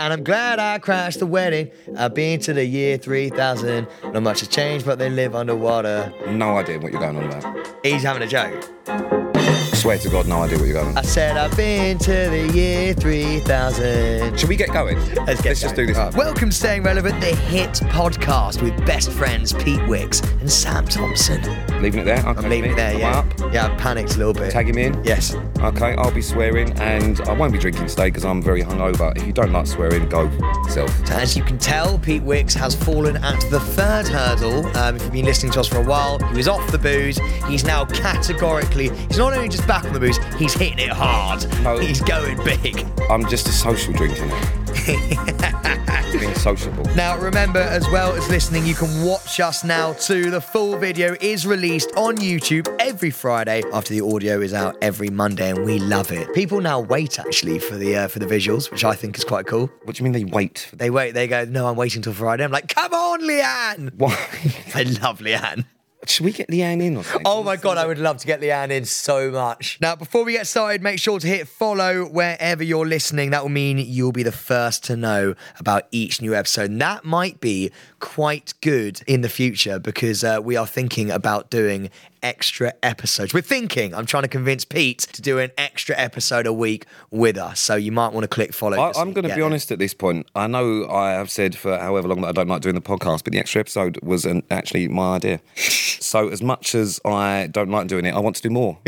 And I'm glad I crashed the wedding. I've been to the year 3000. Not much has changed, but they live underwater. No idea what you're going on about. He's having a joke. Swear to God, no idea what you're going I on. said I've been to the year 3000. Should we get going? Let's, get just do going. this. Welcome to Staying Relevant, the hit podcast with best friends Pete Wicks and Sam Thompson. Leaving it there. Okay, I'm leaving it there, am yeah. Up. Yeah, I panicked a little bit. Tag him in. Yes. Okay, I'll be swearing and I won't be drinking today because I'm very hungover. If you don't like swearing, go f- self. As you can tell, Pete Wicks has fallen at the third hurdle. Um, if you've been listening to us for a while, he was off the booze. He's now categorically, he's not only just back on the booze, he's hitting it hard. No. He's going big. I'm just a social drinker now. Being sociable. Now, remember, as well as listening, you can watch us now too. The full video is released on YouTube every Friday after the audio is out every Monday, and we love it. People now wait actually for the uh, for the visuals, which I think is quite cool. What do you mean they wait? For They wait. They go, "No, I'm waiting till Friday." I'm like, "Come on, Leanne!" Why? I love Leanne. Should we get Leanne in or something? Oh my god, I would love to get Leanne in so much. Now, before we get started, make sure to hit follow wherever you're listening. That will mean you'll be the first to know about each new episode. And that might be quite good in the future because uh, we are thinking about doing extra episodes. We're thinking, I'm trying to convince Pete to do an extra episode a week with us. So you might want to click follow. I, just so I'm you going to get be it. honest at this point. I know I have said for however long that I don't like doing the podcast, but the extra episode was an, actually my idea. so as much as I don't like doing it, I want to do more.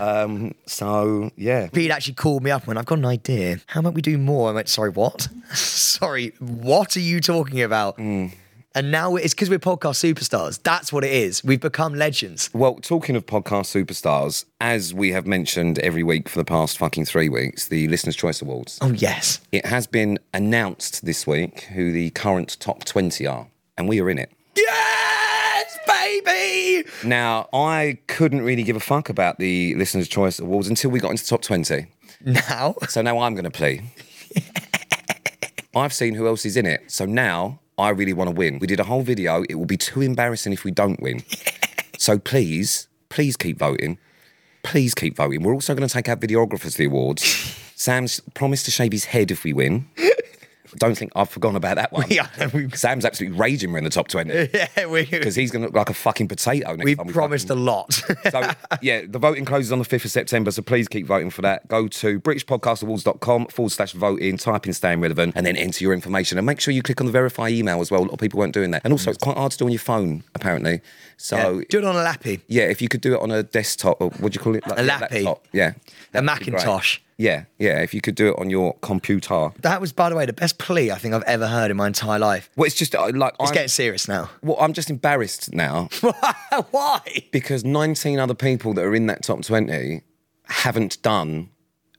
um, so yeah, Pete actually called me up and went, I've got an idea. How might we do more? I went, sorry, what? sorry, what are you talking about? Mm. And now it's because we're podcast superstars. That's what it is. We've become legends. Well, talking of podcast superstars, as we have mentioned every week for the past fucking three weeks, the Listener's Choice Awards. Oh, yes. It has been announced this week who the current top 20 are, and we are in it. Yes, baby. Now, I couldn't really give a fuck about the Listener's Choice Awards until we got into top 20. Now, So now I'm going to play. I've seen who else is in it. So now I really want to win. We did a whole video. It will be too embarrassing if we don't win. so please, please keep voting. Please keep voting. We're also going to take our videographers to the awards. Sam's promised to shave his head if we win. Don't think I've forgotten about that one. Yeah, we- Sam's absolutely raging we're in the top 20 yeah, we, because he's going to look like a fucking potato next we time we promised a lot. so yeah, the voting closes on the 5th of September, so please keep voting for that. Go to BritishPodcastAwards.com forward slash voting, type in staying relevant, and then enter your information. And make sure you click on the verify email as well. A lot of people weren't doing that. And also, it's quite hard to do on your phone, apparently. So Do it on a lappy. yeah, if you could do it on a desktop, or what do you call it? Like, A lappy. laptop. Yeah. A that'd be great. Macintosh. Yeah, yeah. If you could do it on your computer. That was, by the way, the best plea I think I've ever heard in my entire life. Well, it's just uh, like It's I'm, getting serious now. well, I'm just embarrassed now Why? because 19 other people that are in that top 20 haven't done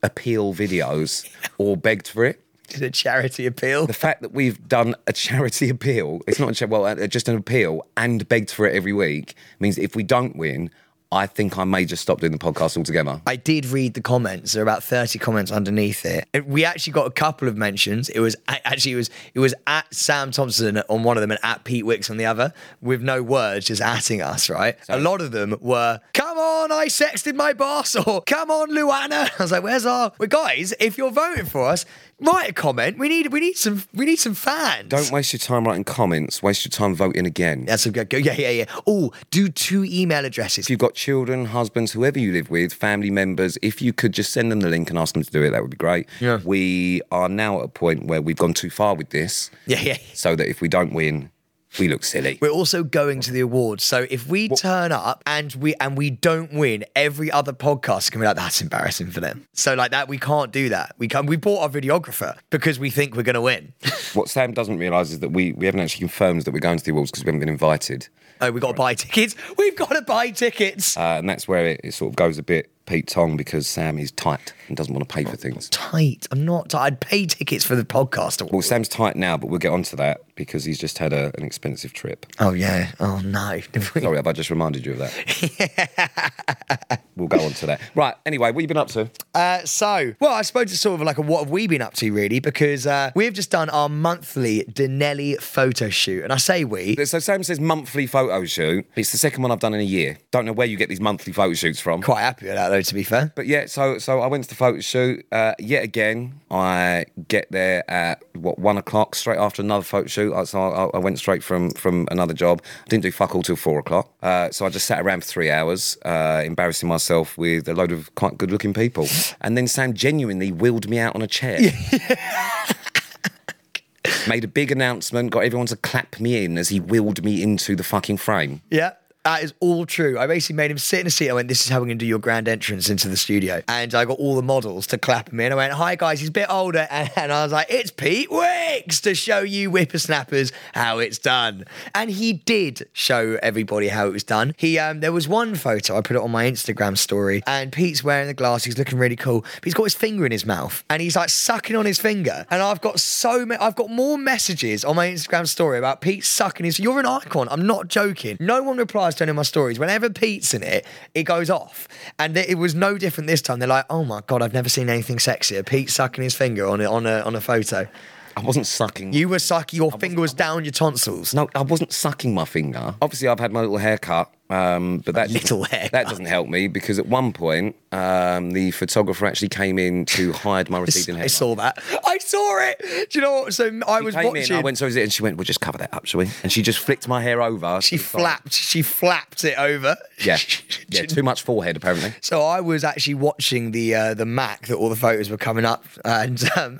appeal videos or begged for it. Did a charity appeal? The fact that we've done a charity appeal, it's not a cha- well, uh, just an appeal and begged for it every week means if we don't win, I think I may just stop doing the podcast altogether. I did read the comments. There are about thirty comments underneath it. And We actually got a couple of mentions. It was a- actually it was it was at Sam Thompson on one of them and at Pete Wicks on the other, with no words, just atting us. Right. A lot of them were, "Come on, I sexted my boss," or "Come on, Luana." I was like, "Where's our well, guys? If you're voting for us, write a comment. We need we need some we need some fans." Don't waste your time writing comments, waste your time voting again. That's a good go. Yeah, yeah, yeah. Oh, do two email addresses. If you've got children, husbands, whoever you live with, family members, if you could just send them the link and ask them to do it, that would be great. Yeah. We are now at a point where we've gone too far with this. Yeah, yeah. so that if we don't win, we look silly. We're also going to the awards. So if we turn up and we and we don't win, every other podcast can be like, that's embarrassing for them. So like that, we can't do that. We can we bought our videographer because we think we're gonna win. What Sam doesn't realise is that we, we haven't actually confirmed that we're going to the awards because we haven't been invited. oh, we gotta buy tickets. We've gotta buy tickets. Uh, and that's where it, it sort of goes a bit Pete Tong because Sam is tight and doesn't want to pay for things. tight. I'm not tight. I'd pay tickets for the podcast Well, awards. Sam's tight now, but we'll get onto that. because he's just had a, an expensive trip. Oh yeah. Oh no. Sorry, have I just reminded you of that? we'll go on to that. Right. Anyway, what you been up to? Uh, so, well, I suppose it's sort of like a what have we been up to really, because uh, we've just done our monthly Denelli photo shoot, and I say we. So Sam says monthly photo shoot. It's the second one I've done in a year. Don't know where you get these monthly photo shoots from. Quite happy with that though, to be fair. But yeah, so so I went to the photo shoot uh, yet again. I get there at what one o'clock, straight after another photo shoot. I- So I, I went straight from from another job. Didn't do fuck all till four o'clock. Uh, so I just sat around for three hours, uh, embarrassing myself with a load of quite good looking people. And then Sam genuinely wheeled me out on a chair. Made a big announcement, got everyone to clap me in as he wheeled me into the fucking frame. Yeah. That is all true. I basically made him sit in a seat. I went, This is how we're going to do your grand entrance into the studio. And I got all the models to clap him in. I went, Hi, guys, he's a bit older. And, and I was like, It's Pete Wicks to show you whippersnappers how it's done. And he did show everybody how it was done. He um, There was one photo, I put it on my Instagram story, and Pete's wearing the glasses, he's looking really cool. But he's got his finger in his mouth and he's like sucking on his finger. And I've got so many, I've got more messages on my Instagram story about Pete sucking his. You're an icon. I'm not joking. No one replies to any of my stories. Whenever Pete's in it, it goes off. And it it was no different this time. They're like, "Oh my god, I've never seen anything sexier." Pete sucking his finger on a, on a on a photo. I wasn't sucking. You were sucking. Your finger was down your tonsils. No, I wasn't sucking my finger. Obviously, I've had my little haircut, um, but that Little doesn't- haircut. that doesn't help me because at one point um, the photographer actually came in to hide my receding hairline. I saw that. I saw it. Do you know what? So I was Came watching. in, I went, so is it? And she went, we'll just cover that up, shall we? And she just flicked my hair over. she was like- flapped. She flapped it over. Yeah, yeah, too much forehead apparently. So I was actually watching the uh, the Mac that all the photos were coming up, and um,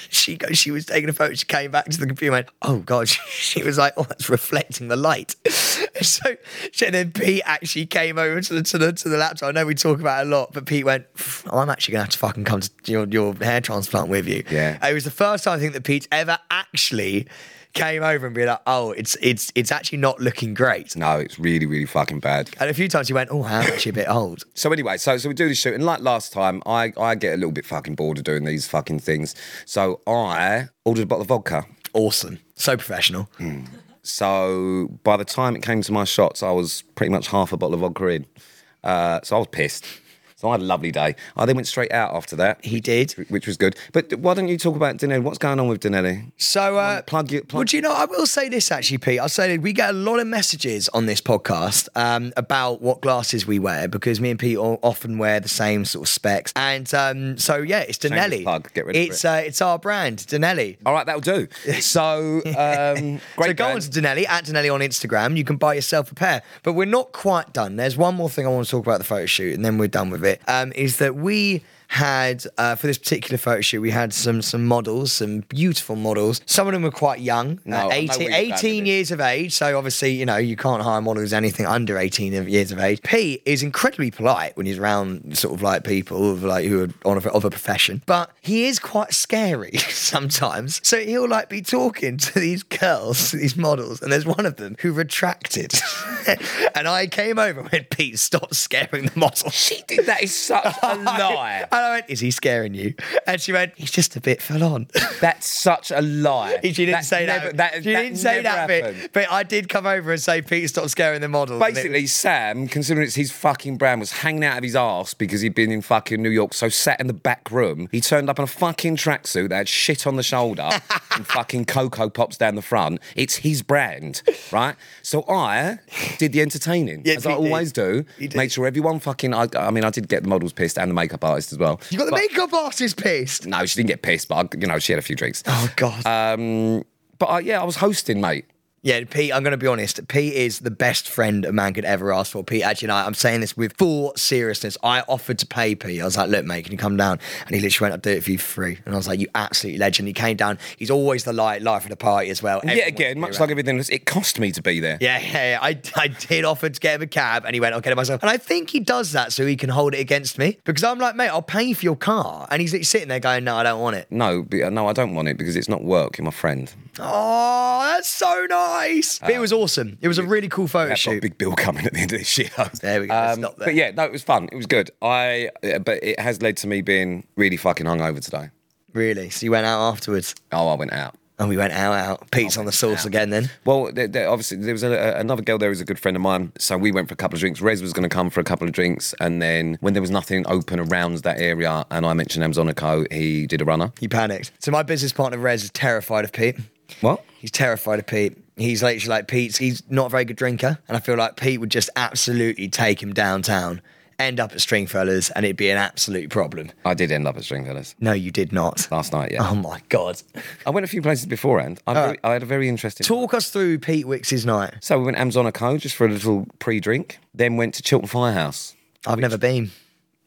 she go, she was taking a photo. She came back to the computer, and went, "Oh God!" She was like, "Oh, that's reflecting the light." so she- and then Pete actually came over to the to the to the laptop. I know we talk about it a lot, but Pete went, "Pff, "I'm actually gonna have to fucking come to your your hair transplant with you." Yeah. it was the first time I think that Pete's ever actually came over and be like, "Oh, it's it's it's actually not looking great." No, it's really, really fucking bad. And a few times he went, "Oh, I'm actually a bit old." So anyway, so so we do this shoot, and like last time, I I get a little bit fucking bored of doing these fucking things. So I ordered a bottle of vodka. Awesome, so professional. So by the time it came to my shots, I was pretty much half a bottle of vodka in. Uh, so I was pissed. So I had a lovely day. I then went straight out after that, He did. which was good. But why don't you talk about Danelli? What's going on with Danelli? So uh, Plug your plug. Well, do you know, I will say this actually, Pete. I'll say that we get a lot of messages on this podcast um, about what glasses we wear because me and Pete all, often wear the same sort of specs. And um, so, yeah, it's Denelli. plug, get rid of it's, Uh, it's our brand, Denelli. All right, that'll do. So um, great. so go on brand. to Denelli, at Denelli on Instagram. You can buy yourself a pair. But we're not quite done. There's one more thing I want to talk about the photo shoot, and then we're done with it. Um, is that we had uh, for this particular photo shoot, we had some some models, some beautiful models. Some of them were quite young, No, uh, I know where 18, you're going with 18 this. years of age. So obviously, you know, you can't hire a model who's anything under 18 of- years of age. Pete is incredibly polite when he's around sort of like people of like who are on a, of a profession, but he is quite scary sometimes. So he'll like be talking to these girls, to these models, and there's one of them who retracted. and I came over and went, Pete, stop scaring the model. She did that is such a lie. And I went, Is he scaring you? And she went, He's just a bit full on. That's such a lie. She didn't That say never- that. she didn't say never that happened. bit. But I did come over and say, Pete, stop scaring the model. And it- Basically, Sam, considering it's his fucking brand, was hanging out of his ass because he'd been in fucking New York. So sat in the back room, he turned up in a fucking tracksuit that had shit on the shoulder and fucking cocoa pops down the front. It's his brand, right? So I did the entertaining, Yes, as I he did. always do. He did. Made sure everyone fucking. I, I mean, I did get the models pissed and the makeup artist as well. you got the But- makeup artist pissed. No, she didn't get pissed, but I, you know, she had a few drinks. Oh God. But I, yeah, I was hosting, mate. yeah, Pete. I'm going to be honest. Pete is the best friend a man could ever ask for. Pete, actually, and I, I'm saying this with full seriousness. I offered to pay Pete. I was like, "Look, mate, can you come down?" And he literally went, "I'll do it for you for free." And I was like, "You absolute legend." He came down. He's always the light, life of the party as well. Yeah, Everyone wants to again, be much around like everything else, it cost me to be there. Yeah, yeah, yeah. I, I did offer to get him a cab and he went, I'll get it myself. And I think he does that so he can hold it against me because I'm like, mate, I'll pay for your car. And he's like, sitting there going, no, I don't want it. No, be- uh, no, I don't want it because it's not work. You're my friend. Oh, that's so nice. But it was awesome. It was a really cool photo I've got a shoot. big bill coming at the end of this shit. There we go. Um, Stop there. But yeah, no, it was fun. It was good. I, uh, but it has led to me being really fucking hungover today. Really. So you went out afterwards. Oh, I went out. And we went out, out. Pete's on the sauce again then. Well, there, there, obviously, there was a, a- another girl there who's a good friend of mine. So we went for a couple of drinks. Rez was going to come for a couple of drinks. And then when there was nothing open around that area, and I mentioned Amazonico, he did a runner. He panicked. So my business partner, Rez, is terrified of Pete. What? He's terrified of Pete. He's literally like, Pete's, he's not a very good drinker. And I feel like Pete would just absolutely take him downtown, end up at Stringfellas, and it'd be an absolute problem. I did end up at Stringfellas No, you did not. last night, yeah. Oh my God. I went a few places beforehand. I, had a very- I had a very interesting. Talk us through Pete Wicks's night. so we went Amazonico just for a little pre drink, then went to Chilton Firehouse. I've never been.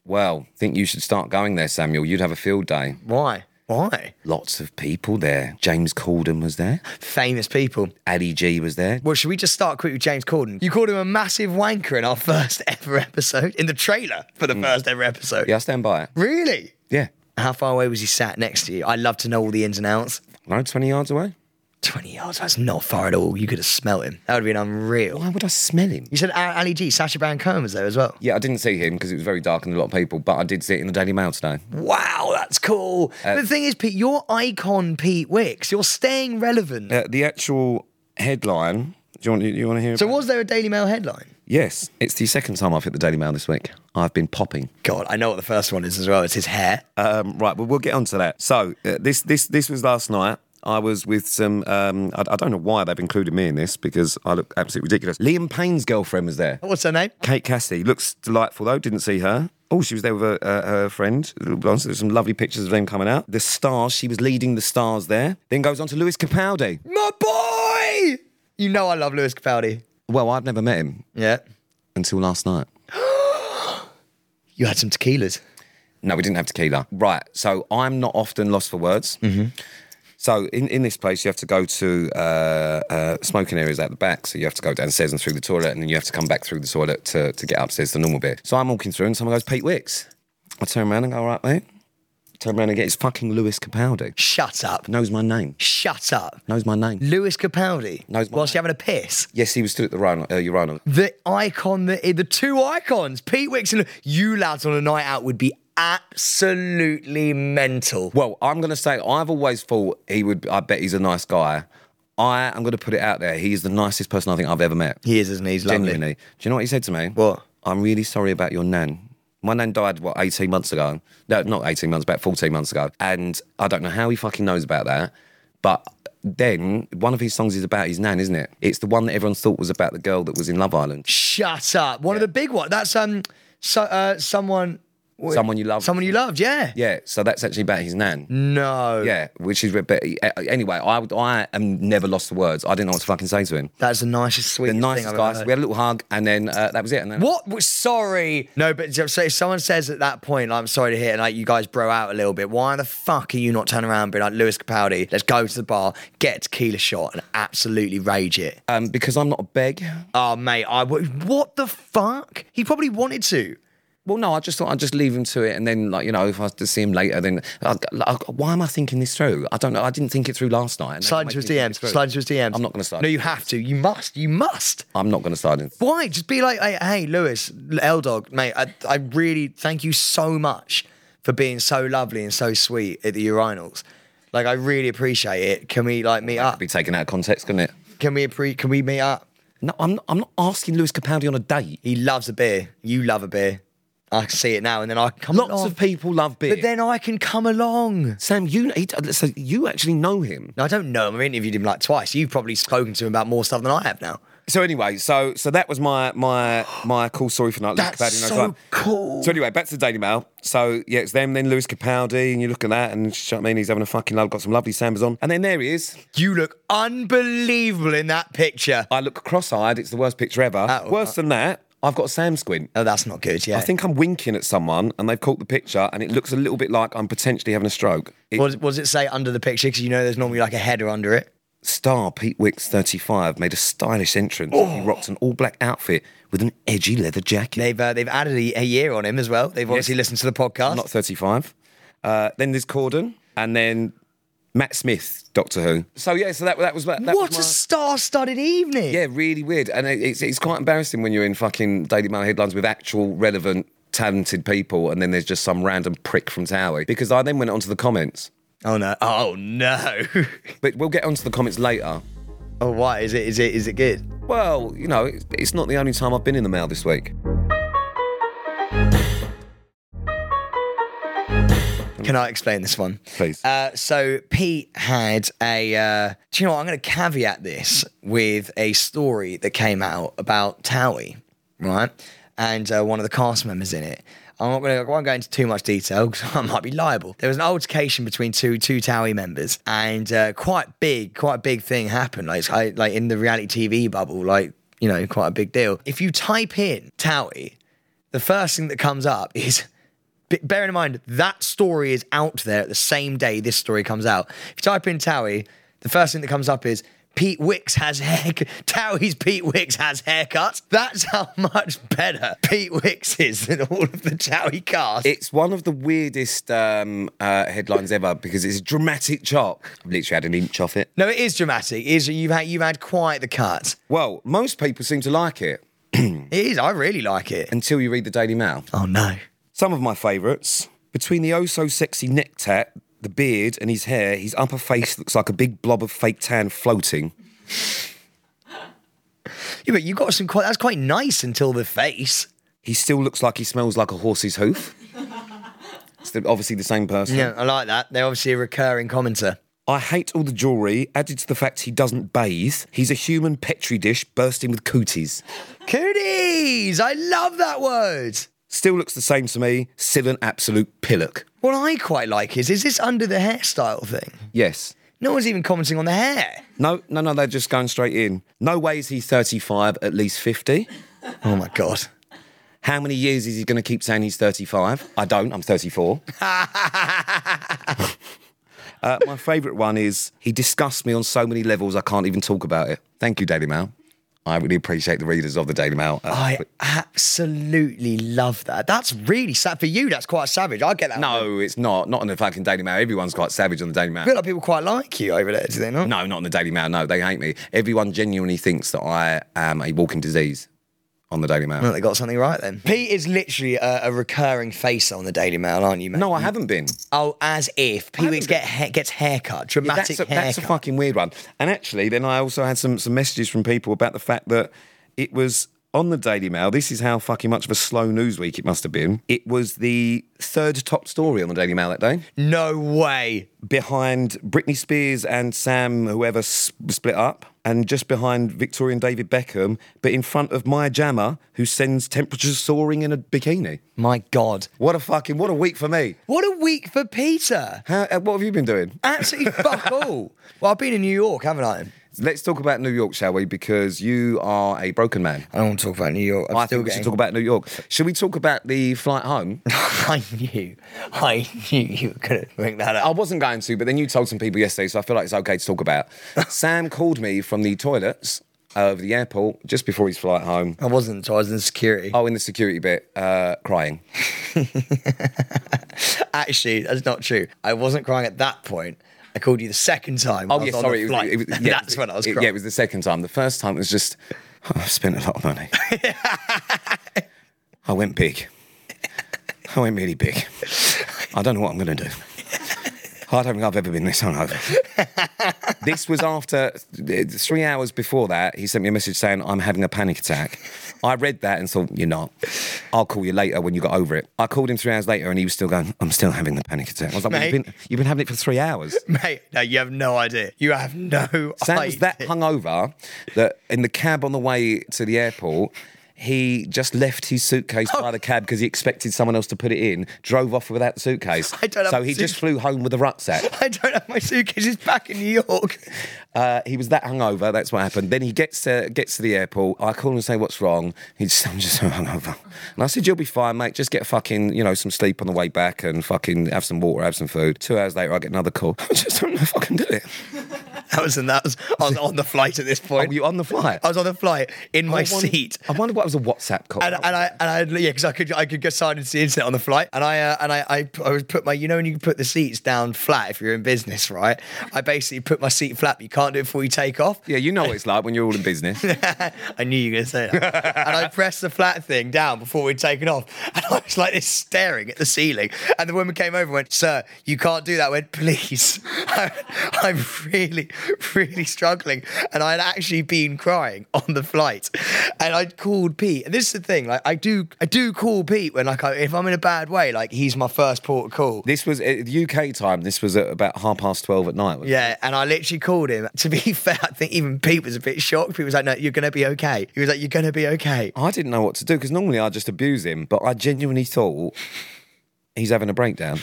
Well, think you should start going there, Samuel. You'd have a field day. Why? Why? Lots of people there. James Corden was there. Famous people. Addie G was there. Well, should we just start quick with James Corden? You called him a massive wanker in our first ever episode, in the trailer for the first ever episode. Yeah, I stand by it. Really? Yeah. How far away was he sat next to you? I'd love to know all the ins and outs. No, 20 yards away. 20 yards, that's not far at all. You could have smelt him. That would have been unreal. Why would I smell him? You said A- Ali G, Sasha Baron Cohen was there as well. Yeah, I didn't see him because it was very dark and a lot of people, but I did see it in the Daily Mail today. Wow, that's cool. But the thing is, Pete, you're icon Pete Wicks. You're staying relevant. Uh, the actual headline. Do you want, you want to hear? so, was there a Daily Mail headline? yes, it's the second time I've hit the Daily Mail this week. I've been popping. God, I know what the first one is as well. It's his hair. Um, right, well, we'll get onto that. So uh, this this this was last night. I was with some. Um, I, I don't know why they've included me in this because I look absolutely ridiculous. Liam Payne's girlfriend was there. What's her name? Kate Cassidy looks delightful though. Didn't see her. Oh, she was there with her, uh, her friend. Little blonde. So There's some lovely pictures of them coming out. The stars. She was leading the stars there. Then goes on to Lewis Capaldi. My boy! You know I love Lewis Capaldi. Well, I'd never met him Yeah. until last night. You had some tequilas. No, we didn't have tequila. Right. So I'm not often lost for words. Mm-hmm. So in, in this place, you have to go to uh, uh, smoking areas at the back. So you have to go downstairs and through the toilet, and then you have to come back through the toilet to, to get upstairs the normal bit. So I'm walking through, and someone goes, Pete Wicks. I turn around and go, all right, mate. Turn around and get his fucking Lewis Capaldi. Shut up. Knows my name. Shut up. Knows my name. Lewis Capaldi. No, it's my whilst you're having a piss. Yes, he was stood at the urinal. Uh, urinal. The icon, the, eh, the two icons, Pete Wicks and you lads on a night out would be absolutely mental. Well, I'm going to say I've always thought he would. I bet he's a nice guy. I am going to put it out there. He is the nicest person I think I've ever met. He is, isn't he? He's lovely. Genuinely. Do you know what he said to me? What? I'm really sorry about your nan. My nan died, what, 18 months ago? No, not 18 months, about 14 months ago. And I don't know how he fucking knows about that. But then one of his songs is about his nan, isn't it? It's the one that everyone thought was about the girl that was in Love Island. Shut up. One of the big ones. That's um, so, uh, someone. what- Someone you loved. Someone Mm. you loved, yeah. Yeah, so that's actually about his nan. No. Yeah, which is, but eh, anyway, I, would- I am never lost for words. I didn't know what to fucking say to him. That's the nicest, The sweetest thing nicest I've guys. ever We had a little hug and then uh, that was it. And then What? was- Sorry. No, but so so if someone says at that point, like, I'm sorry to hear, like, you guys bro out a little bit, why the fuck are you not turning around and being like, Lewis Capaldi, let's go to the bar, get a tequila shot, and absolutely rage it? Um, because I'm not a beg. Oh, mate, I would. What the fuck? He probably wanted to. Well, no, I just thought I'd just leave him to it, and then like you know, if I had to see him later, then I, I, why am I thinking this through? I don't know. I didn't think it through last night. and now Slide you're into his making me DMs. think it through. Slide into his DMs. I'm not gonna slide No, you into have to. You must. You must. I'm not going to slide in. Why? Just be like, hey, hey Lewis, L Dog, mate, I, I really thank you so much for being so lovely and so sweet at the urinals. Like, I really appreciate it. Can we, like, meet up? Be taken out of context, couldn't it? Can we pre- can we meet up? No, I'm not, I'm not asking Lewis Capaldi on a date. He loves a beer. You love a beer. I can see it now, and then I can come Lots along. of people love beer. But then I can come along. Sam, you he, so you actually know him. No, I don't know him. I've interviewed him like twice. You've probably spoken to him about more stuff than I have now. So anyway, so so that was my my my cool story for night. Lewis That's Capaldi knows so that. cool. So anyway, back to the Daily Mail. So yeah, it's them, then Lewis Capaldi, and you look at that, and you know what I mean, he's having a fucking love. Got some lovely sambas on, and then there he is. You look unbelievable in that picture. I look cross-eyed. It's the worst picture ever. Oh, Worse than that, I've got a Sam squint. Oh, that's not good. Yeah. I think I'm winking at someone, and they've caught the picture, and it looks a little bit like I'm potentially having a stroke. It, What, does- what does it say under the picture? Because you know there's normally like a header under it. Star Pete Wicks, 35, made a stylish entrance. Oh. He rocked an all-black outfit with an edgy leather jacket. They've uh, they've added a, a year on him as well. They've obviously listened to the podcast. Not 35. Uh, then there's Corden, and then Matt Smith, Doctor Who. So yeah, so that that was that. what was a my- star-studded evening. Yeah, really weird. And it- it's, it's quite embarrassing when you're in fucking Daily Mail headlines with actual relevant, talented people, and then there's just some random prick from Towie. Because I then went onto the comments Oh no. Oh no. But we'll get onto the comments later. oh why is it? Is it? Is it good? Well, you know, it's, it's not the only time I've been in the mail this week. Can I explain this one? Please. Uh, so Pete had a. Uh, do you know what? I'm going to caveat this with a story that came out about Towie, right? And uh, one of the cast members in it. I'm not going to. I won't go into too much detail because I might be liable. There was an altercation between two two Towie members, and uh, quite big, quite a big thing happened. Like I, like in the reality TV bubble, like you know, quite a big deal. If you type in Towie, the first thing that comes up is b- bearing in mind that story is out there at the same day this story comes out. If you type in Towie, the first thing that comes up is Pete Wicks has hair. Towie's Pete Wicks has haircuts. That's how much better Pete Wicks is than all of the Towie cast. It's one of the weirdest um, uh, headlines ever because it's a dramatic chop. I've literally had an inch off it. no, it is dramatic. It is you've had you've had quite the cut. Well, most people seem to like it It is. I really like it. until you read the Daily Mail. Oh no. Some of my favourites. Between the oh so sexy neck tat, the beard, and his hair, his upper face looks like a big blob of fake tan floating. Yeah, but you got some quite. That's quite nice until the face. He still looks like he smells like a horse's hoof. it's the, obviously the same person. Yeah, I like that. They're obviously a recurring commenter. I hate all the jewellery, added to the fact he doesn't bathe. He's a human petri dish bursting with cooties. Cooties! I love that word. Still looks the same to me, still an absolute pillock. What I quite like is, is this under the hairstyle thing? Yes. No one's even commenting on the hair. No, no, no, they're just going straight in. No way is he 35, at least 50. Oh my God. How many years is he going to keep saying he's 35? I don't, I'm 34. uh, my favourite one is he disgusts me on so many levels, I can't even talk about it. Thank you, Daily Mail. I really appreciate the readers of the Daily Mail. Uh, I absolutely love that. That's really sad. For you, that's quite savage. I get that. no, it's not. Not on the fucking Daily Mail. Everyone's quite savage on the Daily Mail. I feel like people quite like you over there, do they not? No, not on the Daily Mail. No, they hate me. Everyone genuinely thinks that I am a walking disease on the Daily Mail. Well, they got something right then. Pete is literally a, a recurring face on the Daily Mail, aren't you, mate? No, I haven't been. Oh, as if. Pete Wicks get ha- gets haircut, dramatic That's a, haircut. that's a fucking weird one. And actually, then I also had some, some messages from people about the fact that it was on the Daily Mail. This is how fucking much of a slow news week it must have been. It was the third top story on the Daily Mail that day, no way. behind Britney Spears and Sam, whoever s- split up, and just behind Victoria and David Beckham, but in front of Maya Jama, who sends temperatures soaring in a bikini. My God. What a fucking what a week for me. What a week for Peter. How, uh, what have you been doing? Absolutely fuck all. Well, I've been in New York, haven't I? Let's talk about New York, shall we? Because you are a broken man. I don't want to talk about New York. I'm I still think we should getting- talk about New York. Should we talk about the flight home? I knew, I knew you were going to bring that I up. wasn't going to, but then you told some people yesterday, so I feel like it's okay to talk about. Sam called me from the toilets of the airport just before his flight home. I wasn't, so I was in security. Oh, in the security bit, uh, crying. Actually, that's not true. I wasn't crying at that point. I called you the second time. I Oh, was yeah, on sorry. The it was- flight. it was- yeah, that's when I was it- crying. yeah, it was the second time. The first time it was just, oh, I've spent a lot of money. I went big. I went really big. I don't know what I'm going to do. I don't think I've ever been this hungover. this was after th- three hours before that. He sent me a message saying, I'm having a panic attack. I read that and thought, You're not. I'll call you later when you got over it. I called him three hours later and he was still going, I'm still having the panic attack. I was like, well, you've, Mate. been, you've been having it for three hours. Mate, no, you have no idea. You have no Sam was idea. that hungover that in the cab on the way to the airport, he just left his suitcase Oh. by the cab because he expected someone else to put it in, drove off without the suitcase. I don't have so a he just suitcase. flew home with a rucksack. I don't have my suitcases back in New York. Uh, he was that hungover, that's what happened. Then he gets to, gets to the airport. I call him and say, What's wrong? He's I'm just so hungover. And I said, You'll be fine, mate. Just get fucking, you know, some sleep on the way back and fucking have some water, have some food. Two hours later, I get another call. I just don't know if I can do it. 2000. That was I was on the flight at this point. Were Oh, you on the flight? I was on the flight in my I wonder- seat. I wonder what was a WhatsApp call. And, and I and I yeah because I could I could get signed into the internet on the flight and I uh, and I, I I was put my you know when you can put the seats down flat if you're in business right I basically put my seat flat but you can't do it before you take off yeah, you know what it's like when you're all in business. I knew you were going to say that. and I pressed the flat thing down before we'd taken off. And I was like this staring at the ceiling. And the woman came over and went, Sir, you can't do that. I went, Please. I, am really, really struggling. And I'd actually been crying on the flight. And I'd called Pete. And this is the thing, like I do I do call Pete when like I, if I'm in a bad way, like he's my first port of call. This was at the UK time. This was at about half past twelve at night. wasn't it? Yeah, and I literally called him. To be fair, I think even Pete was a bit shocked. Pete was like, No, you're going to be okay. He was like, You're going to be okay. I didn't know what to do because normally I just abuse him, but I genuinely thought he's having a breakdown.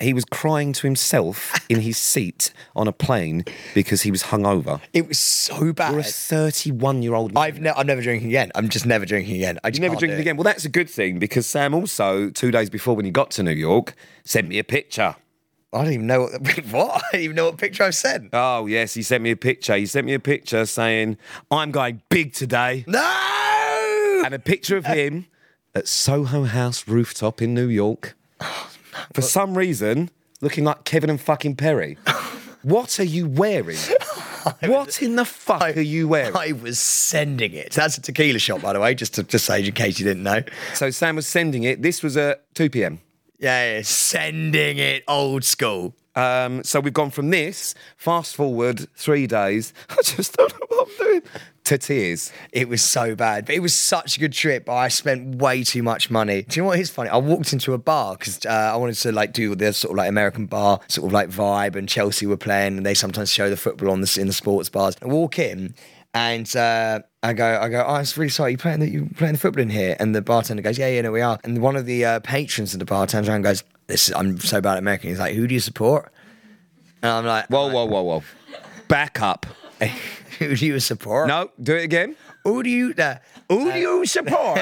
he was crying to himself in his seat on a plane because he was hungover. It was so bad. You're a 31 year old man. I've ne- I'm never drinking again. I'm just never drinking again. I just never can't drinking do it. again. Well, that's a good thing because Sam also, two days before when he got to New York, sent me a picture. I don't even know what. The- what? I don't even know what picture I've sent. Oh, yes, he sent me a picture. He sent me a picture saying, I'm going big today. No. and a picture of him at Soho House rooftop in New York. Oh, For some reason, looking like Kevin and fucking Perry. What are you wearing? What in the fuck are you wearing? I was sending it. That's a tequila shot, by the way. Just to just say, in case you didn't know. So Sam was sending it. This was at 2 p.m. Yeah, yeah, sending it old school. Um, so we've gone from this, fast forward three days. I just don't know what I'm doing. To tears. It was so bad, but it was such a good trip. But I spent way too much money. Do you know what is funny? I walked into a bar because uh, I wanted to like do the sort of like American bar sort of like vibe, and Chelsea were playing, and they sometimes show the football on the in the sports bars. I walk in, and uh, I go, I go. Oh, I'm really sorry. You playing the you playing the football in here? And the bartender goes, Yeah, yeah, no, we are. And one of the uh, patrons of the bar turns around and goes, This is, I'm so bad at American. He's like, Who do you support? And I'm like, Whoa, whoa, whoa, whoa. Back up. Who do you support? No, do it again. Who do you? Uh, Who do you support?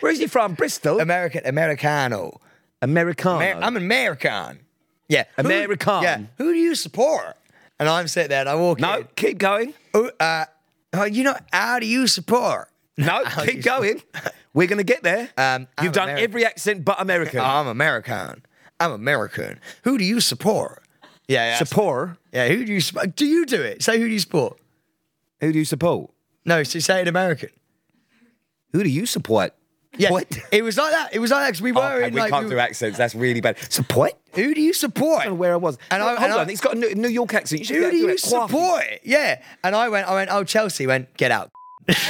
Where's he from? Bristol? American Americano. Americano. Amer- I'm an American. Yeah, Who- American. yeah, who do you support? And I'm sitting there and I walk no, in. keep going. "Oh, uh, oh, you know, how do you support? No, How do keep you- going. We're going to get there. Um, I'm You've done American. Oh, every accent but American. I'm American. I'm American. Who do you support? Yeah, yeah. support. yeah, who do you support? Do you do it? Say who do you support? Who do you support? No, so say it in American. Who do you support? Yeah, What? it was like that. It was like that 'cause we were Oh, in we like. can't we do were- accents. That's really bad. Support? who do you support? I don't know where I was. And And I- hold and I- on, he's got a New New York accent. You should be Who able do to you it. Quaffy. support? Yeah. And I went, I went, oh, Chelsea went, get out.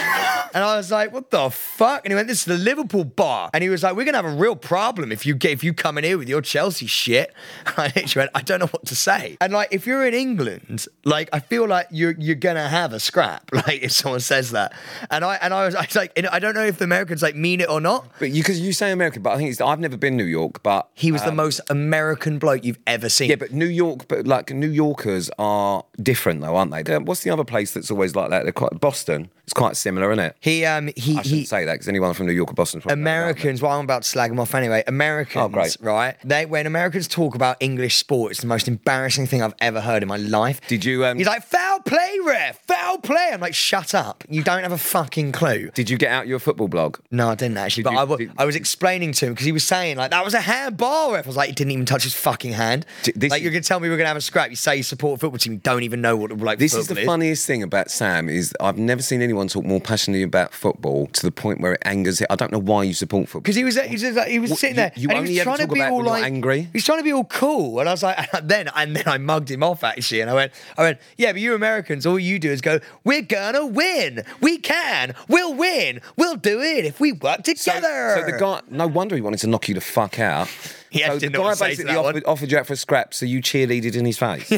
and I was like, what the fuck? And he went, this is the Liverpool bar. And he was like, we're gonna have a real problem if you get if you come in here with your Chelsea shit. And I literally went, I don't know what to say. And like, if you're in England, like I feel like you're you're gonna have a scrap, like if someone says that. And I and I was, I was like, you know, I don't know if the Americans like mean it or not. But you, because you say American, but I think it's, I've never been New York, but He was the most American bloke you've ever seen. Um, yeah, but New York, but like New Yorkers are different though, aren't they? Um, What's the other place that's always like that? They're quite Boston. It's quite similar, isn't it? he um he I he shouldn't say that because anyone from New York or Boston. probably knows that, but- Americans, well, I'm about to slag them off anyway. Americans, Oh, great. right? They when Americans talk about English sport, it's the most embarrassing thing I've ever heard in my life. Did you, um, He's like, foul play, ref, foul play. I'm like, shut up. You don't have a fucking clue. Did you get out your football blog? No, I didn't actually. But you- I wa- did- I was explaining to him because he was saying like that was a handball ref. I was like, he didn't even touch his fucking hand. D- this like is- you're gonna tell me we're gonna have a scrap. You say you support a football team, you don't even know what like This is football the funniest thing about Sam is I've never seen anyone talk more passionately about football to the point where it angers it. I don't know why you support football. Because he was, he was, he was sitting there, you and he only was ever trying to talk be about all when you're like angry? He was trying to be all cool, and I was like, and then and then I mugged him off actually, and I went, I went, yeah, but you Americans, all you do is go, we're gonna win, we can, we'll win, we'll do it if we work together. So the guy, no wonder he wanted to knock you the fuck out. He so actually the didn't know what guy to say to basically that one. offered, offered you out for a scrap, so you cheerleaded in his face.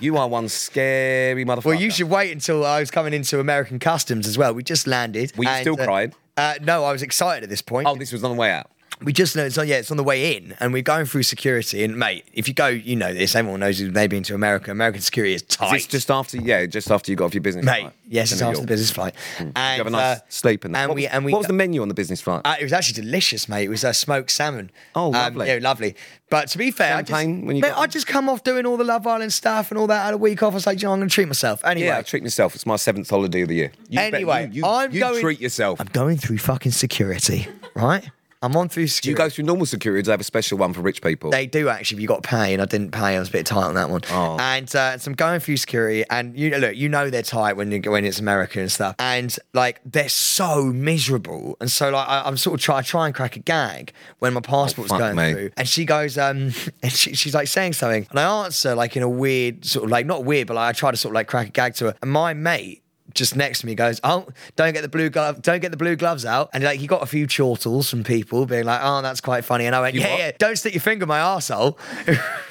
you are one scary motherfucker. well, you should wait until I was coming into American customs as well. We just landed. Were you and, still uh, crying? Uh, no, I was excited at this point. Oh, this was on the way out. we just know it's on, yeah, it's on the way in, and we're going through security. And mate, if you go, you know this. Everyone knows who's maybe into America. American security is tight, It's just after, yeah, just after you got off your business mate. flight. Yes, to it's New after the York. Hmm. business flight. And, You have a nice uh, sleep in that. And what, we was, and we what was the menu on the business flight? Uh, it was actually delicious, mate. It was uh, smoked salmon. Um, Oh, lovely. yeah, lovely. But to be fair, I Champagne just, when you mate, got I them. just come off doing all the Love Island stuff and all that. I had a week off. I was like, you know, I'm going to treat myself anyway. yeah, I treat myself. It's my seventh holiday of the year. You bet- anyway, you, you- I'm you going. treat yourself. I'm going through fucking security, right? I'm on through Do you security. go through normal security? or Do they have a special one for rich people? They do actually. But you got to pay, and I didn't pay. I was a bit tight on that one. Oh. And uh, so I'm going through security, and you look, you know they're tight when you when it's America and stuff, and like they're so miserable, and so like I, I'm sort of try I try and crack a gag when my passport's Oh, fuck going me. through, and she goes, um, and she, she's like saying something, and I answer like in a weird sort of like not weird, but like I try to sort of like crack a gag to her, and my mate. Just next to me goes, oh, don't get the blue glove, don't get the blue gloves out, and like he got a few chortles from people being like, oh, that's quite funny, and I went, You yeah, what? yeah, don't stick your finger in my arsehole,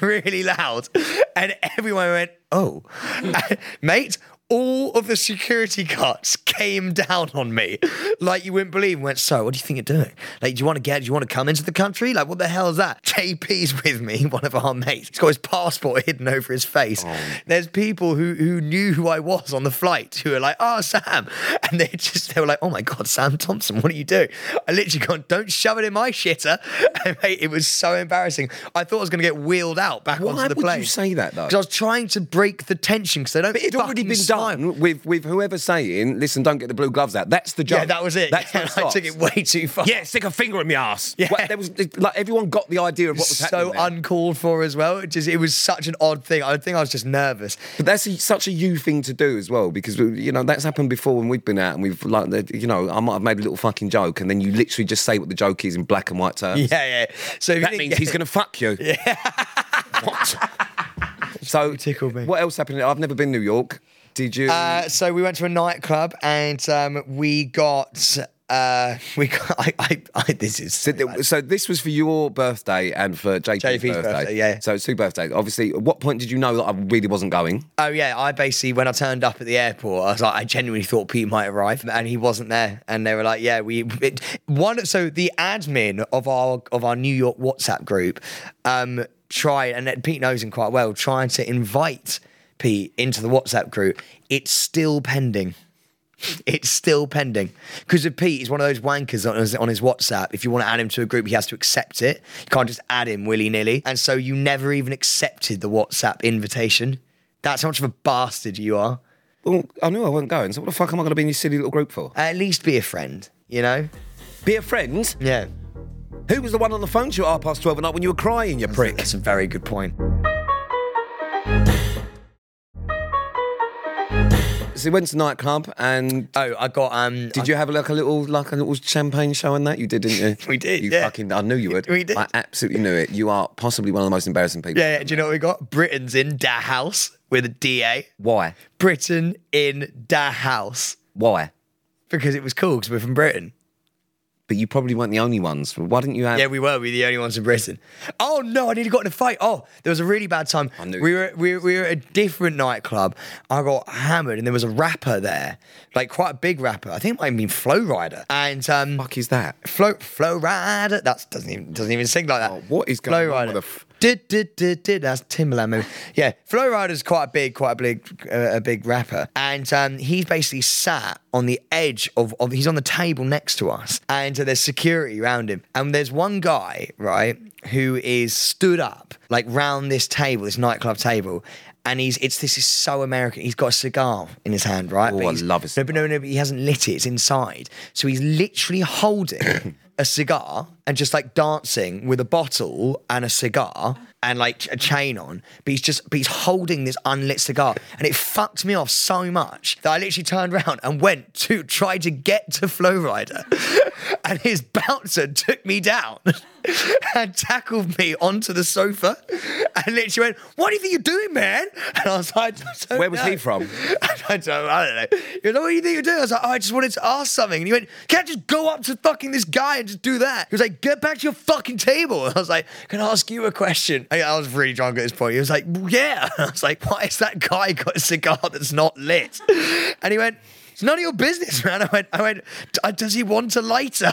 really loud. And everyone went, oh, mate, all of the security guards came down on me. Like you wouldn't believe and went, so what do you think you're doing? Like, do you want to get, do you want to come into the country? Like, what the hell is that? JP's with me, one of our mates. He's got his passport hidden over his face. Oh. There's people who, who knew who I was on the flight who were like, oh, Sam. And they just, they were like, oh my God, Sam Thompson, what are you doing? I literally gone, don't shove it in my shitter. And mate, it was so embarrassing. I thought I was going to get wheeled out back Why onto the would plane. you say that though? Because I was trying to break the tension because they don't. But it'd already fucking been smile. done with with whoever saying, "Listen, don't get the blue gloves out." That's the joke. Yeah, that was it. That's Yeah, how I starts. took it way too far. Yeah, stick a finger in my ass. Yeah. Well, there was like everyone got the idea of what was so happening. there. uncalled for as well. It just it was such an odd thing. I think I was just nervous. But that's a, such a you thing to do as well, because you know that's happened before when we've been out and we've like, the- you know, I might have made a little fucking joke, and then you literally just say what the joke is in black and white terms. Yeah, yeah. So if That you didn't means get he's it- going to fuck you. Yeah. what? So tickled me. What else happened? I've never been to New York. Did you? Uh, so we went to a nightclub and um, we got uh, we got I, I, I this is So, th- so this was for your birthday and for JP's, JP's birthday. birthday, yeah. So it's two birthdays. Obviously, at what point did you know that I really wasn't going? Oh yeah, I basically when I turned up at the airport, I was like, I genuinely thought Pete might arrive, and he wasn't there. And they were like, Yeah, we it, one. So the admin of our of our New York WhatsApp group, um, tried and Pete knows him quite well, trying to invite Pete into the WhatsApp group. It's still pending. It's still pending because if Pete is one of those wankers on his, on his WhatsApp, if you want to add him to a group, he has to accept it. You can't just add him willy nilly. And so you never even accepted the WhatsApp invitation. That's how much of a bastard you are. Well, I knew I wasn't going. So what the fuck am I going to be in your silly little group for? At least be a friend, you know? Be a friend. Yeah. Who was the one on the phone to you at half past twelve at night when you were crying, you prick? That's a very good point. So you went to nightclub and Oh, I got um did you have like a little like a little champagne show and that? You did, didn't you? We did, You yeah. fucking. I knew you would. We did. I absolutely knew it. You are possibly one of the most embarrassing people. yeah, yeah, do you know what we got? Britain's in da house with a DA. Why? Britain in da house. Why? Because it was cool because we're from Britain. But you probably weren't the only ones. Why didn't you have? Yeah, we were. We were the only ones in Britain. Oh no, I nearly got in a fight. Oh, there was a really bad time. knew- We were we, were- we were at a different nightclub. I got hammered, and there was a rapper there, like quite a big rapper. I think it might have been Flow Rider. And um, fuck is that? Flow Flow Rider. That doesn't even doesn't even sing like that. Oh, what is going on with the f- Did did did did that's Timberland movie. Yeah, Flow Rider's quite a big, quite a big, uh, a big rapper, and um, he's basically sat on the edge of, of he's on the table next to us, and uh, there's security around him, and there's one guy right who is stood up like round this table, this nightclub table. And he's, it's, this is so American. He's got a cigar in his hand, right? Oh, But I he's- love a No, but no, no, but he hasn't lit it. It's inside. So he's literally holding a cigar and just like dancing with a bottle and a cigar and like a chain on. But he's just, but he's holding this unlit cigar. And it fucked me off so much that I literally turned around and went to try to get to Flowrider. and his bouncer took me down and tackled me onto the sofa and literally went, What do you think you're doing, man? And I was like, "I don't Where was he know." from? I don't, I don't know. He was like, what do you think you're doing? I was like, oh, I just wanted to ask something. And he went, can't just go up to fucking this guy and just do that. He was like, get back to your fucking table. And I was like, can I ask you a question? I, I was really drunk at this point. He was like, yeah. I was like, why has that guy got a cigar that's not lit? And he went, uh, it's none of your business, man. I went, I went, "D- does he want a lighter?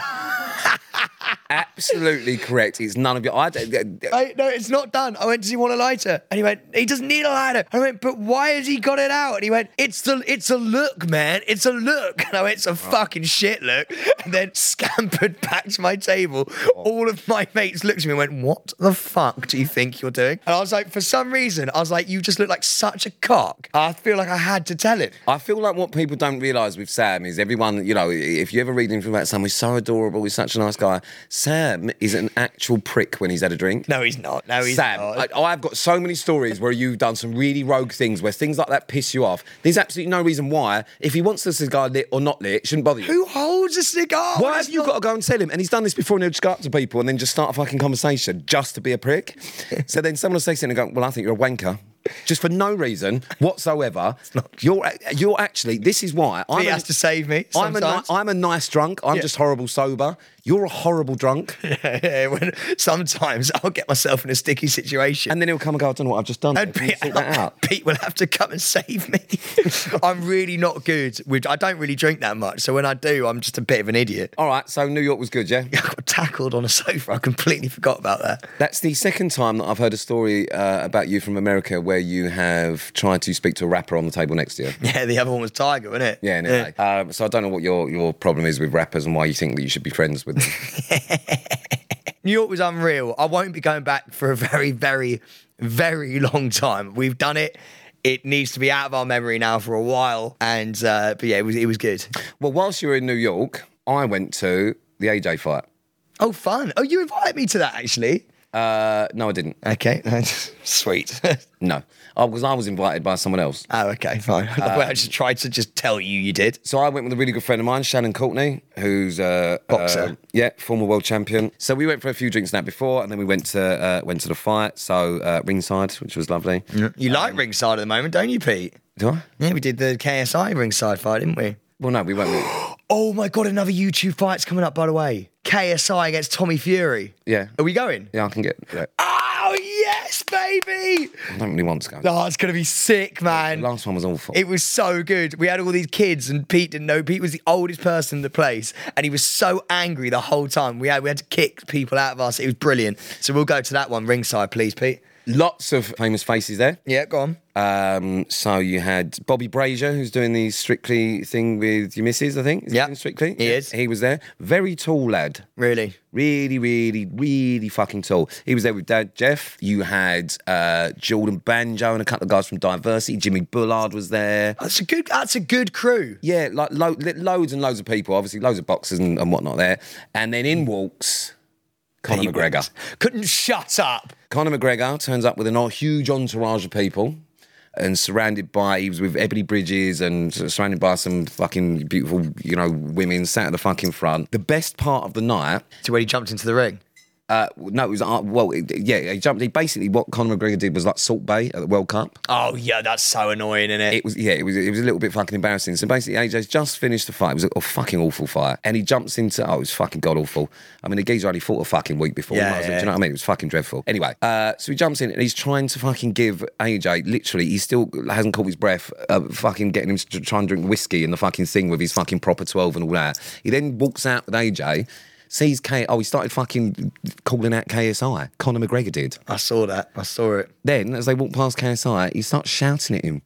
absolutely correct. It's none of your. I don't, I, no, it's not done. I went, does he want a lighter? And he went, he doesn't need a lighter. And I went, but why has he got it out? And he went, it's the, it's a look, man. It's a look. And I went, it's a fucking shit look. And then scampered back to my table. Oh. All of my mates looked at me and went, what the fuck do you think you're doing? And I was like, for some reason, I was like, you just look like such a cock. I feel like I had to tell him. I feel like what people don't realise with Sam is everyone, you know, if you ever read anything about Sam, he's so adorable, he's such a nice guy. Sam is an actual prick when he's had a drink. No, he's not. No, he's Sam, not. I, I've got so many stories where you've done some really rogue things where things like that piss you off. There's absolutely no reason why. If he wants the cigar lit or not lit, it shouldn't bother you. Who holds a cigar? Why It's have you not- got to go and tell him? And he's done this before, and he'll just go up to people and then just start a fucking conversation just to be a prick. so then someone will say something and go, "Well, I think you're a wanker." Just for no reason whatsoever. You're a- you're actually. This is why I'm. He a- has to save me I'm a, ni- sometimes. I'm a nice drunk. I'm Yeah. just horrible sober. You're a horrible drunk. When- sometimes I'll get myself in a sticky situation. And then he'll come and go. I don't know what I've just done. And Can you Pete, sort that out. Pete will have to come and save me. I'm really not good. With, I don't really drink that much, so when I do, I'm just a bit of an idiot. All right. So New York was good, yeah. I got tackled on a sofa. I completely forgot about that. That's the second time that I've heard a story uh, about you from America where you have tried to speak to a rapper on the table next to you. Yeah, the other one was Tiger, wasn't it? Yeah, in LA. Um, so I don't know what your, your problem is with rappers and why you think that you should be friends with them. New York was unreal. I won't be going back for a very, very, very long time. We've done it. It needs to be out of our memory now for a while. And uh, but yeah, it was it was good. well, whilst you were in New York, I went to the AJ fight. Oh, fun. Oh, you invited me to that actually. Uh, no, I didn't. Okay, sweet. No, I was I was invited by someone else. oh, okay, fine. Well, Um, I just tried to just tell you you did. So I went with a really good friend of mine, Shannon Courtney, who's a Boxer. yeah, former world champion. So we went for a few drinks and that before, and then we went to uh, went to the fight. So uh, ringside, which was lovely. You like um, ringside at the moment, don't you, Pete? Do I? Yeah, we did the KSI ringside fight, didn't we? Well, no, we went. With, Oh my god, another YouTube fight's coming up, by the way. KSI against Tommy Fury. Yeah. Are we going? yeah, I can get. yeah. Oh yes, baby! I don't really want to go. Oh, it's gonna be sick, The man. last one was awful. It was so good. We had all these kids, and Pete didn't know. Pete was the oldest person in the place, and he was so angry the whole time. We had we had to kick people out of us. It was brilliant. So we'll go to that one ringside, please, Pete. Lots of famous faces there. Yeah, go on. Um, so you had Bobby Brazier, who's doing the Strictly thing with your missus, I think. Is he Yeah. doing Strictly. He is. He was there. Very tall lad. Really? Really, really, really fucking tall. He was there with Dad Jeff. You had uh, Jordan Banjo and a couple of guys from Diversity. Jimmy Bullard was there. That's a good. That's a good crew. Yeah, like lo- li- loads and loads of people. Obviously, loads of boxers and, and whatnot there. And then in walks Conor Pete McGregor. Wentz. Couldn't shut up. Conor McGregor turns up with an a huge entourage of people and surrounded by he was with Ebony Bridges and s- surrounded by some fucking beautiful, you know, women sat at the fucking front. The best part of the night, To when he jumped into the ring. uh, no, it was uh, well, it, yeah, he jumped. He basically what Conor McGregor did was like Salt Bay at the World Cup. Oh yeah, that's so annoying, isn't it? It was yeah, it was it was a little bit fucking embarrassing. So basically, AJ's just finished the fight. It was a, a fucking awful fight, and he jumps into oh, it was fucking god awful. I mean, the geezer only fought a fucking week before. Yeah, Might as well- yeah. Do you know what I mean? It was fucking dreadful. Anyway, uh, so he jumps in and he's trying to fucking give AJ literally. He still hasn't caught his breath. Uh, fucking getting him to try and drink whiskey and the fucking thing with his fucking proper twelve and all that. He then walks out with AJ. Sees K. Oh, he started fucking calling out KSI. Conor McGregor did. I saw that. I saw it. Then, as they walk past KSI, he starts shouting at him,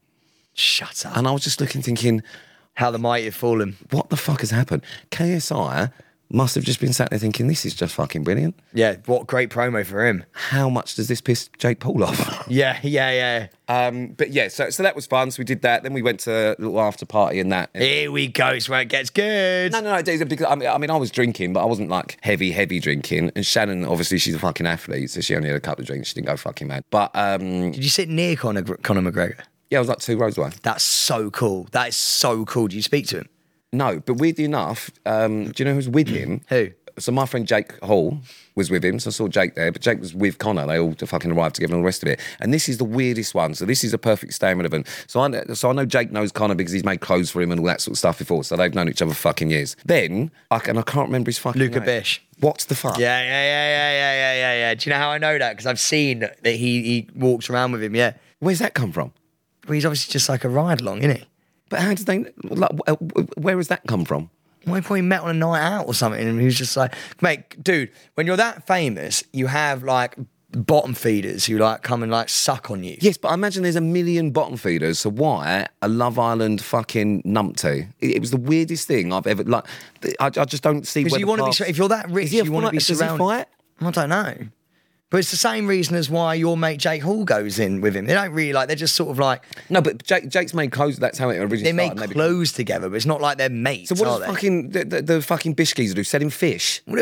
Shut up. and I was just looking, thinking, How the mighty have fallen. what the fuck has happened? KSI must have just been sat there thinking, this is just fucking brilliant. Yeah, what great promo for him. How much does this piss Jake Paul off? Yeah, yeah, yeah. um, but yeah, so, so that was fun. So we did that. Then we went to a little after party and that. Here we go. It's where it gets good. No, no, no. Daisy, Because I mean, I mean, I was drinking, but I wasn't like heavy, heavy drinking. And Shannon, obviously, she's a fucking athlete, so she only had a couple of drinks. She didn't go fucking mad. But um, Did you sit near Conor, Conor McGregor? yeah, I was like two rows away. That's so cool. That is so cool. Did you speak to him? No, but weirdly enough, um, do you know who's with him? Who? So my friend Jake Hall was with him, so I saw Jake there, but Jake was with Connor. They all fucking arrived together and all the rest of it. And this is the weirdest one. So this is a perfect staying relevant. So I know, so I know Jake knows Connor because he's made clothes for him and all that sort of stuff before. So they've known each other for fucking years. Then I, and I can't remember his fucking Luca name. Bish. What the fuck? Yeah, yeah, yeah, yeah, yeah, yeah, yeah, yeah. Do you know how I know that? Because I've seen that he, he walks around with him, yeah. Where's that come from? But he's obviously just like a ride along, isn't he? But how did they? Like, wh- wh- where has that come from? Well, he probably met on a night out or something, and he was just like, "Mate, dude, when you're that famous, you have like bottom feeders who like come and like suck on you." Yes, but I imagine there's a million bottom feeders. So why a Love Island fucking numpty? It, it was the weirdest thing I've ever like. th- I, I just don't see. Because where you the want to be, class- sur- if you're that rich, he a you want to fight- be does he surrounded. fight? I don't know. But it's the same reason as why your mate Jake Hall goes in with him. They don't really like, they're just sort of like, No, but Jake, Jake's made clothes. That's how it originally they make started. maybe. clothes together, but it's not like they're mates. So what are does they? fucking the, the, the fucking bish geezer do? Selling fish?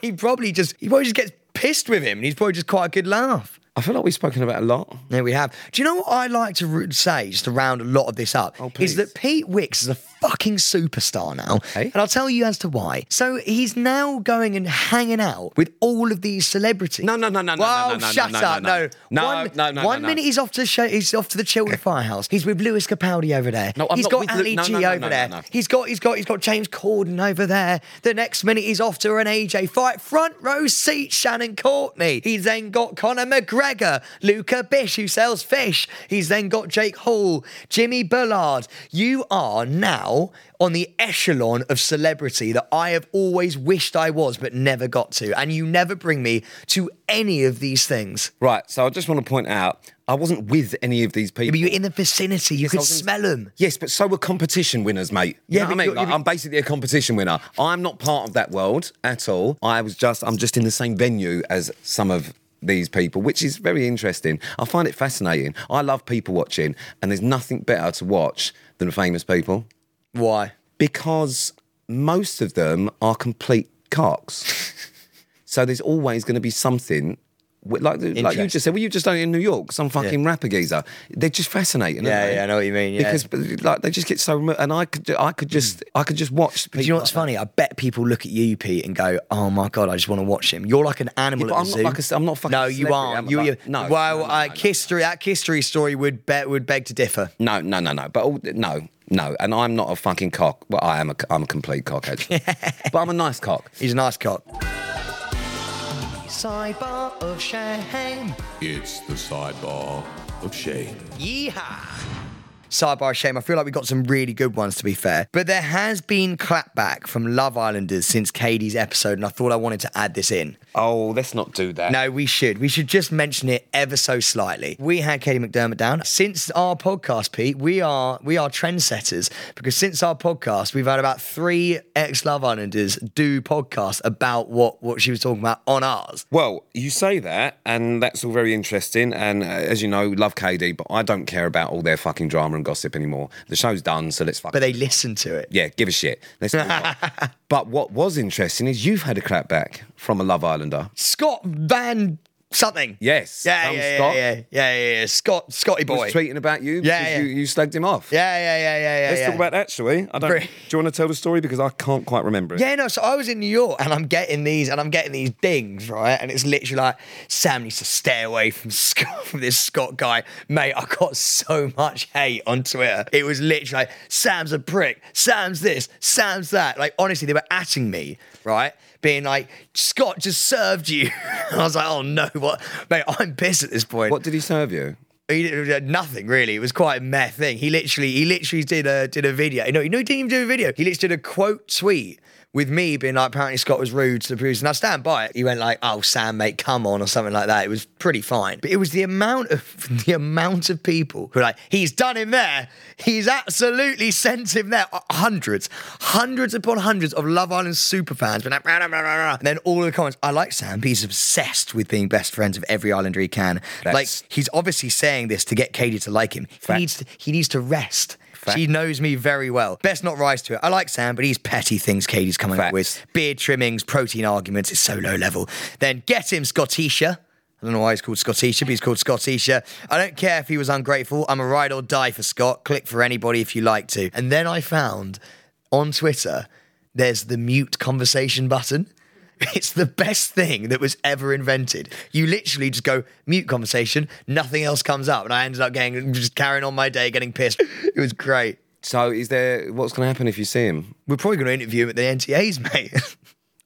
he probably just, he probably just gets pissed with him and he's probably just quite a good laugh. I feel like we've spoken about it a lot. There we have. Do you know what I like to ru- say, just to round a lot of this up, Oh, please. is that Pete Wicks is a fucking superstar now, Hey. and I'll tell you as to why. So he's now going and hanging out with all of these celebrities. No, no, no, no, no, Well, no, no, no, shut no, up. no, No, no. one, No, no, no, One no, no. minute he's off to show, he's off to the Chilton Firehouse. He's with Lewis Capaldi over there. No, I'm he's not got with Ali Lu- no, G no, no, over no, no, there. no. He's got, he's got, he's got James Corden over there. The next minute he's off to an AJ fight, front row seat. Shannon Courtney. He's then got Conor McGregor, Luca Bish, who sells fish. He's then got Jake Hall, Jimmy Bullard. You are now on the echelon of celebrity that I have always wished I was, but never got to. And you never bring me to any of these things. Right. So I just want to point out, I wasn't with any of these people. But you're in the vicinity. You could smell them. Yes, but so were competition winners, mate. You Yeah, know what I but mean? you're- Like, you're- I'm basically a competition winner. I'm not part of that world at all. I was just, I'm just in the same venue as some of these people, which is very interesting. I find it fascinating. I love people watching, and there's nothing better to watch than famous people Why? because most of them are complete cocks. so there's always going to be something. wi- Like, the- like you just said, well, you've just done it in New York, some fucking rapper geezer. They're just fascinating. aren't Yeah, they? yeah, I know what you mean, yeah. Because but, like they just get so, remo- and I could, ju- I could just, I could just watch. People Do you know what's funny? I bet people look at you, Pete, and go, "Oh my god, I just want to watch him." You're like an animal. Yeah, but at I'm the not zoo. like a ce- I'm not a fucking No, you celebrity, am aren't. I? You, you, Like, no, Well, no, no, uh, no, no. history. That history story would bet would beg to differ. No, no, no, no. But all, no, no. And I'm not a fucking cock. Well, I am a, c- I'm a complete cock actually. but I'm a nice cock. He's a nice cock. Sidebar of shame. It's the sidebar of shame. Yeehaw. Sidebar of shame. I feel like we got some really good ones to be fair, but there has been clapback from Love Islanders since Katie's episode, and I thought I wanted to add this in. Oh, let's not do that. No, we should. We should just mention it ever so slightly. We had Katie McDermott down. Since our podcast, Pete, we are we are trendsetters because since our podcast, we've had about three ex Love Islanders do podcasts about what what she was talking about on ours. Well, you say that, and that's all very interesting. And uh, as you know, love KD, but I don't care about all their fucking drama and gossip anymore. The show's done, so let's fuck. But they listened to it. yeah, give a shit. Let's move on. But what was interesting is you've had a clap back from a Love Islander. Scott Van something. Yes, Yeah, some yeah, Scott. yeah, yeah, yeah, yeah, yeah. Scott, Scotty He boy. was tweeting about you. Yeah, because yeah. You, you slagged him off. yeah, yeah, yeah, yeah, yeah. Let's yeah. talk about that, shall we? I don't. Bri- Do you want to tell the story because I can't quite remember it. Yeah, no, so I was in New York and I'm getting these and I'm getting these dings, right? And it's literally like, Sam needs to stay away from Scott from this Scott guy. Mate, I got so much hate on Twitter. It was literally like, Sam's a prick, Sam's this, Sam's that. Like honestly, they were atting me, right? Being like, Scott just served you. and I was like, oh no, what mate, I'm pissed at this point. What did he serve you? He did- did nothing really. It was quite a meh thing. He literally, he literally did a did a video. No, you know, he didn't even do a video. He literally did a quote tweet with me being like, apparently Scott was rude to the producer, and I stand by it. He went like, "Oh, Sam, mate, come on," or something like that. It was pretty fine, but it was the amount of the amount of people who were like, "He's done him there. He's absolutely sent him there." Uh, Hundreds, hundreds upon hundreds of Love Island superfans. Been like, "Rah, rah, rah, rah, rah." and then all of the comments. I like Sam. but He's obsessed with being best friends of every Islander he can. That's- like he's obviously saying this to get Katie to like him. He needs to, he needs to rest. She knows me very well. Best not rise to it. I like Sam, but he's petty things Katie's coming Facts. up with. Beard trimmings, protein arguments, it's so low level. Then get him Scottisha. I don't know why he's called Scottisha, but he's called Scottisha. I don't care if he was ungrateful. I'm a ride or die for Scott. Click for anybody if you like to. And then I found on Twitter, there's the mute conversation button. It's the best thing that was ever invented. You literally just go mute conversation, nothing else comes up, and I ended up getting just carrying on my day, getting pissed. It was great. So, is there what's going to happen if you see him? We're probably going to interview him at the NTAs, mate.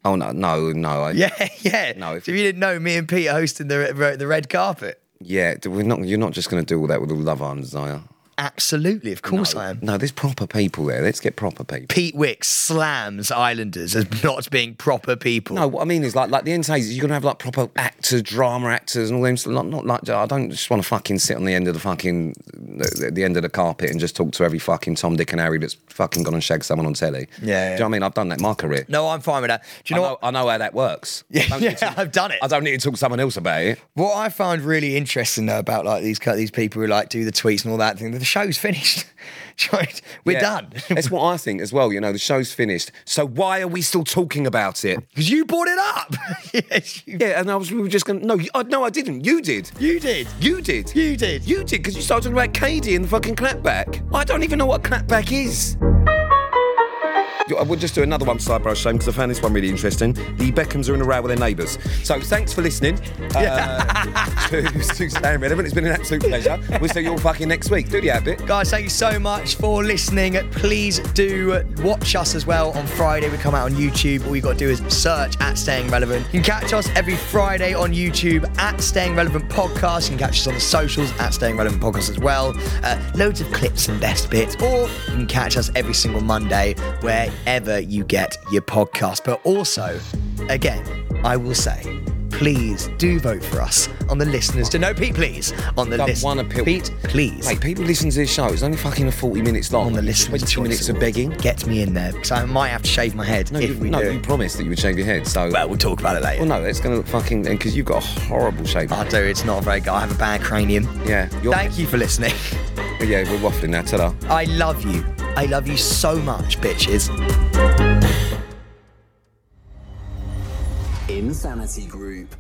Oh no, no, no. I, yeah, yeah. No, if- if you didn't know, me and Pete are hosting the the red carpet. yeah. We're not. You're not just going to do all that with all Love Islanders, are you? Absolutely, of course no, I am. Um, No, there's proper people there. Let's get proper people. Pete Wick slams Islanders as not being proper people. No, what I mean is like like the NTAs, you're gonna have like proper actors, drama actors, and all them. Not not like I don't just want to fucking sit on the end of the fucking the, the end of the carpet and just talk to every fucking Tom, Dick, and Harry that's fucking gone and shagged someone on telly. Yeah, yeah. Do you know what I mean? I've done that in my career. No, I'm fine with that. Do you I know know, what? I know how that works. I Yeah, don't need to- I've done it. I don't need to talk to someone else about it. What I found really interesting though about like these these people who like do the tweets and all that thing, the show's finished. Do you know what I mean? We're Yeah. done That's what I think as well. You know, the show's finished. So why are we still talking about it? because you brought it up. yes, you, Yeah, and I was we were just going. to No, you- oh, no, I didn't. You did. you did. You did. You did. You did because you started talking about KD and the fucking clapback. I don't even know what clapback is. I will just do another one sidebar of shame because I found this one really interesting. The Beckhams are in a row with their neighbours. So thanks for listening uh, to, to Slam Relevant. It's been an absolute pleasure. We'll see you all fucking next week. Do the ad bit. Guys, thank you so much for listening. Please do watch us as well on Friday. We come out on YouTube. All you got to do is search at Staying Relevant. You can catch us every Friday on YouTube at Staying Relevant Podcast. You can catch us on the socials at Staying Relevant Podcast as well. Uh, loads of clips and best bits. Or you can catch us every single Monday wherever you get your podcast. But also, again, I will say, please do vote for us on the listeners to know Pete, please. On the Done list. one appeal. Pete, please Mate, people listen to this show. It's only fucking 40 minutes long. on the list. 22 minutes of begging. Get me in there because I might have to shave my head No, if you, we no, do. you promised that you would shave your head. So, well, we'll talk about it later. well, no, that's going to look fucking. Because you've got a horrible shape. I do. It's not very good. I have a bad cranium. Yeah, you're- Thank you for listening. Yeah, we're waffling now. Ta da. I love you. I love you so much, bitches. Insanity Group.